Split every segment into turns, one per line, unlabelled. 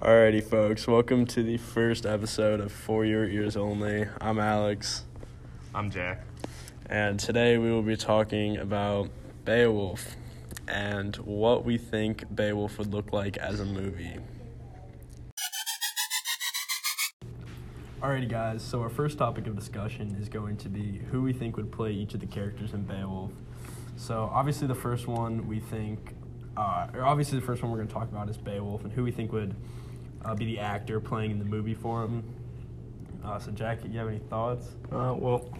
Alrighty, folks, welcome to the first episode of For Your Ears Only. I'm Alex,
I'm Jack.
and today we will be talking about Beowulf and what we think Beowulf would look like as a movie. Alrighty, guys, so our first topic of discussion is going to be who we think would play each of the characters in Beowulf. So, obviously, the first one we think, uh, or obviously, the first one we're going to talk about is Beowulf and who we think would uh, be the actor playing in the movie for him. Uh, so, Jack, you have any thoughts?
Uh, well,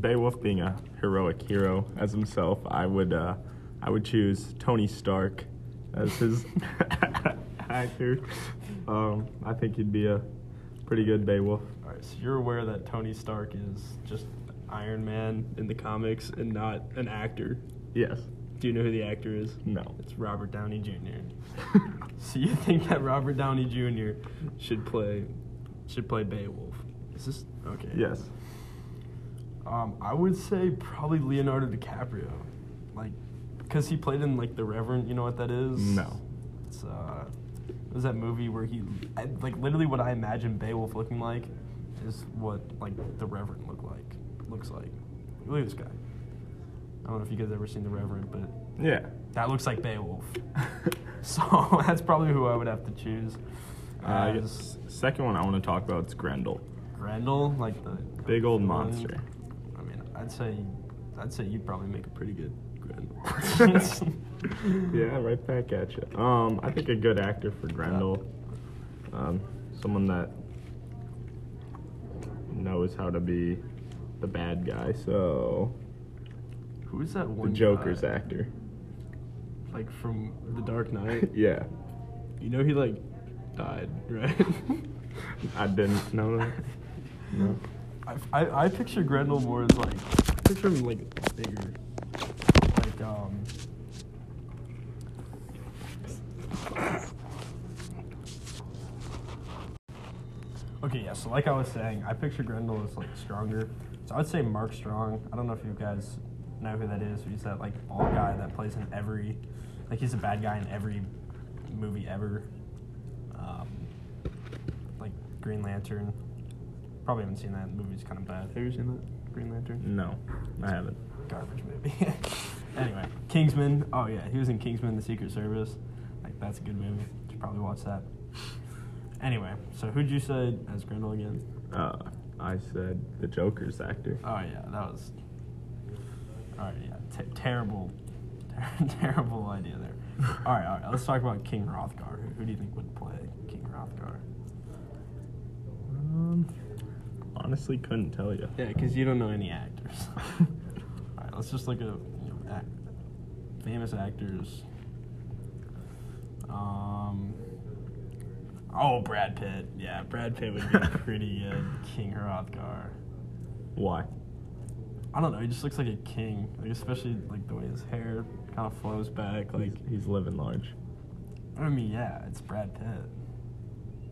Beowulf being a heroic hero as himself, I would uh, I would choose Tony Stark as his actor. Um, I think he'd be a pretty good Beowulf.
All right, so you're aware that Tony Stark is just Iron Man in the comics and not an actor.
Yes.
Do you know who the actor is?
No.
It's Robert Downey Jr. so you think that Robert Downey Jr. should play should play Beowulf? Is this okay?
yes.
Um, I would say probably Leonardo DiCaprio, like, cause he played in like The Reverend. You know what that is?
No.
It's uh, it was that movie where he, I, like, literally what I imagine Beowulf looking like, is what like The Reverend looked like, looks like. Look at this guy. I don't know if you guys ever seen The Reverend, but
Yeah.
that looks like Beowulf. so that's probably who I would have to choose.
Uh, I
as
guess second one I want to talk about is Grendel.
Grendel, like the
Big old
villain.
monster.
I mean, I'd say, I'd say you'd probably make a pretty good Grendel.
yeah, right back at you. Um, I think a good actor for Grendel, um, someone that knows how to be the bad guy. So
Who's that
the
one?
Joker's
guy,
actor.
Like from The Dark Knight.
yeah,
you know he like died, right?
I didn't know that. No.
I, I, I picture Grendel more as like I picture him like bigger, like um. Okay, yeah. So like I was saying, I picture Grendel as like stronger. So I'd say Mark Strong. I don't know if you guys know who that is. He's that like bald guy that plays in every, like he's a bad guy in every movie ever. Um, like Green Lantern. Probably haven't seen that. The movie's kind of bad. Have you seen that Green Lantern?
No, I haven't.
Garbage movie. anyway, Kingsman. Oh yeah, he was in Kingsman: The Secret Service. Like that's a good movie. Should probably watch that. Anyway, so who'd you say as Grendel again?
Uh, I said the Joker's actor.
Oh yeah, that was. All right, yeah, t- terrible, ter- terrible idea there. All right, all right, let's talk about King Rothgar. Who, who do you think would play King Rothgar?
Um, honestly, couldn't tell you.
Yeah, because you don't know any actors. all right, let's just look at you know, act- famous actors. Um. Oh, Brad Pitt. Yeah, Brad Pitt would be pretty good King Rothgar.
Why?
I don't know. He just looks like a king, like especially like the way his hair kind of flows back. Like,
He's, he's living large.
I mean, yeah, it's Brad Pitt.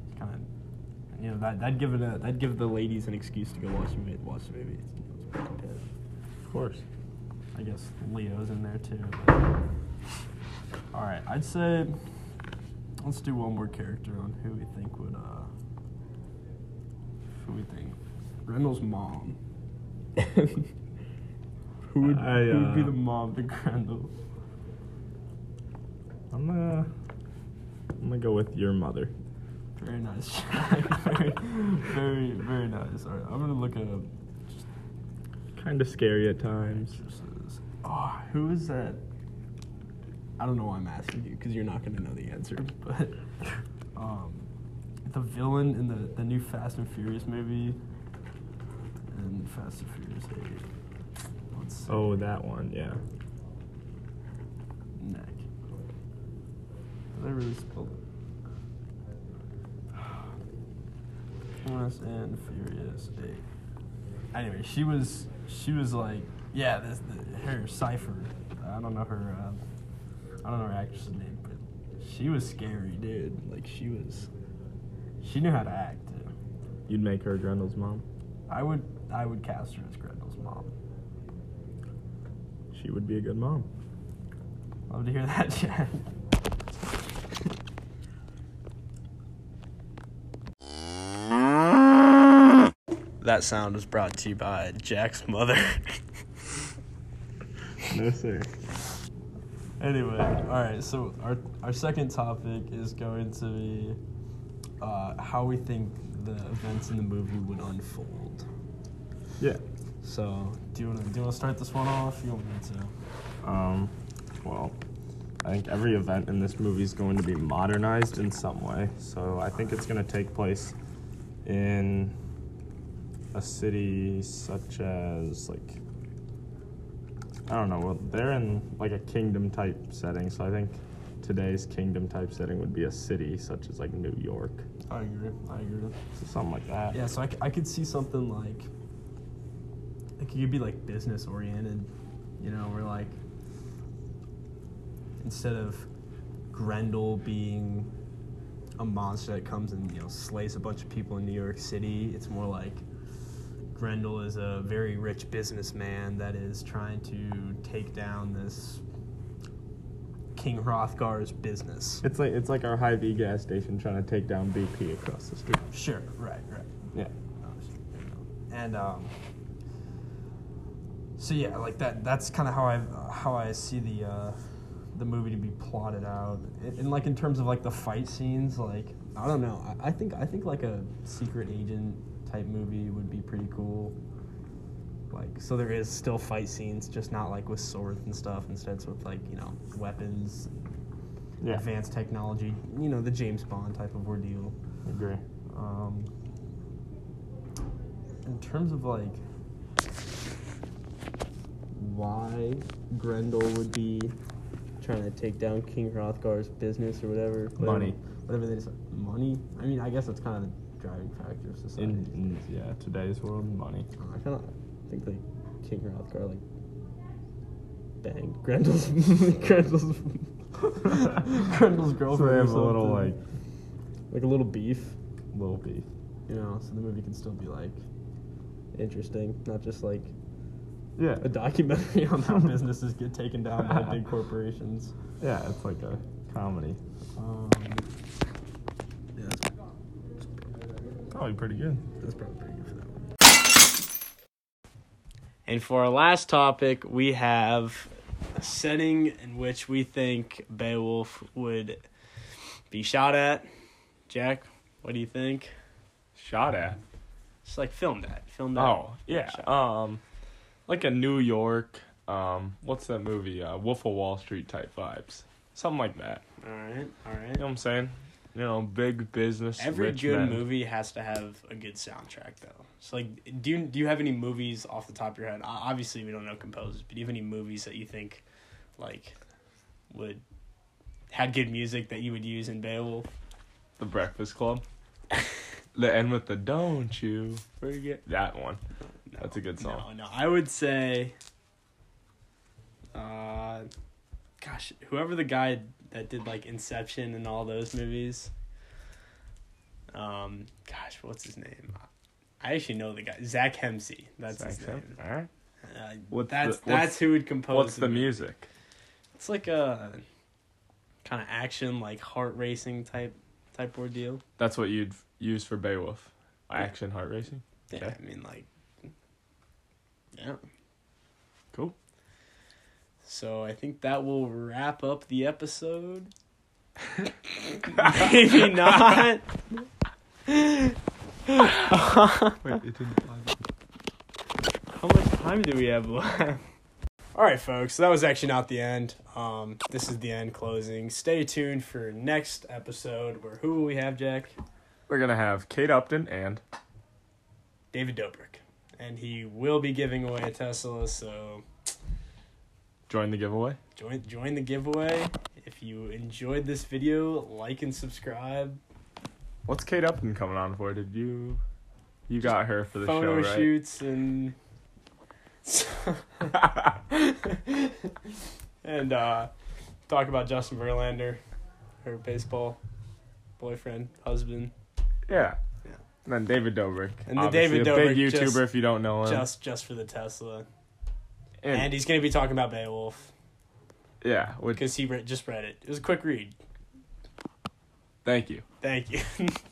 It's kind of, you know, that that'd give it a that'd give the ladies an excuse to go watch the movie. Watch the movie. It's, it's Brad Pitt.
Of course.
I guess Leo's in there too. But. All right, I'd say let's do one more character on who we think would uh who we think Grendel's mom. who would
I,
who would be
uh,
the mom to Grendel?
I'm gonna I'm gonna go with your mother.
Very nice. very, very, very nice. All right, I'm gonna look at up. Just
Kind of scary at times.
actresses. Oh, who is that? I don't know why I'm asking you because you're not gonna know the answer. But um, the villain in the the new Fast and Furious movie and Fast and Furious Eight. Let's see.
Oh, that one, yeah.
neck. Did I really spell it? Fast and Furious Eight. Anyway, she was she was like, yeah, this the, her cipher. I don't know her. Uh, I don't know her actress's name, but she was scary, dude. Like she was, she knew how to act. Too.
You'd make her Grendel's mom.
I would I would cast her as Grendel's mom.
She would be a good mom.
Love to hear that, Chad.
That sound was brought to you by Jack's mother.
No sir.
Anyway, all right. So our our second topic is going to be uh, how we think the events in the movie would unfold.
Yeah.
So do you want to do you want to start this one off? You want me to?
Um, well, I think every event in this movie is going to be modernized in some way. So I think it's going to take place in a city such as like I don't know. Well, they're in like a kingdom type setting. So I think today's kingdom type setting would be a city such as like New York,
I agree. I agree.
so something like that.
Yeah. So I, c- I could see something like like you could be like business oriented, you know, where like instead of Grendel being a monster that comes and you know slays a bunch of people in New York City, it's more like Grendel is a very rich businessman that is trying to take down this King Hrothgar's business.
It's like it's like our high V gas station trying to take down BP across the street.
Sure, right, right.
Yeah.
and um, so yeah, like that. That's kind of how I how I see the uh, the movie to be plotted out, and, and like in terms of like the fight scenes, like I don't know. I, I think I think like a secret agent type movie would be pretty cool. Like so, there is still fight scenes, just not like with swords and stuff. Instead, it's with like you know weapons,
Yeah.
advanced technology. You know the James Bond type of ordeal.
Agree.
Um, in terms of like why Grendel would be trying to take down King Hrothgar's business or whatever, whatever
Money.
whatever they decide, money. I mean, I guess that's kind of the driving factor of society.
In, in yeah today's world, money.
Uh, I kind of think like King Hrothgar like banged Grendel's Grendel's Grendel's girlfriend.
So they
or
have a little like
something. like a little beef.
little beef.
you know, so the movie can still be like interesting, not just like
Yeah.
a documentary on how businesses get taken down by big corporations.
Yeah, it's like a comedy.
Um, yeah, that's,
Probably pretty good.
that's probably pretty good for that one.
and for our last topic, we have a setting in which we think Beowulf would be shot at. Jack, what do you think?
Shot at.
Just like filmed at. Filmed at.
Oh, yeah. Um like a New York, um what's that movie? Uh Wolf of Wall Street type vibes. Something like that.
All right. All right.
You know what I'm saying? You know, big business.
Every
rich
good
men.
movie has to have a good soundtrack, though. So, like, do you do you have any movies off the top of your head? O- Obviously, we don't know composers, but do you have any movies that you think, like, would had good music that you would use in Beowulf?
The Breakfast Club. the end with the don't you forget that one.
No,
That's a good song.
No, no, I would say, uh, gosh, whoever the guy that did like Inception and all those movies. Um, gosh, what's his name? I actually know the guy, Zach Hemsey. That's
Thanks,
his
Sam.
name.
All right.
Uh,
What's
that's
the-
that's
what's-
who would compose.
What's the music?
It's like a kind of action, like heart racing type type ordeal.
That's what you'd f- use for Beowulf.
Yeah.
Action heart racing.
Yeah,
Okay.
I mean, like, yeah.
Cool.
So I think that will wrap up the episode. Maybe not.
Wait, it didn't
How much time do we have left? All right, folks. So that was actually not the end. Um, this is the end closing. Stay tuned for next episode where who will we have, Jack?
We're gonna have Kate Upton and
David Dobrik, and he will be giving away a Tesla. So
join the giveaway.
join join the giveaway. If you enjoyed this video, like and subscribe.
What's Kate Upton coming on for? Did you you got her for the show,
photo
right?
shoots and and uh, talk about Justin Verlander, her baseball boyfriend, husband,
Yeah.
Yeah.
And then David Dobrik.
And then
obviously
David
a big
Dobrik
YouTuber
just-
if you don't know him.
just just for the Tesla.
and,
and he's gonna be talking about Beowulf
yeah, which
because he re- just read it. It was a quick read.
thank you.
Thank you.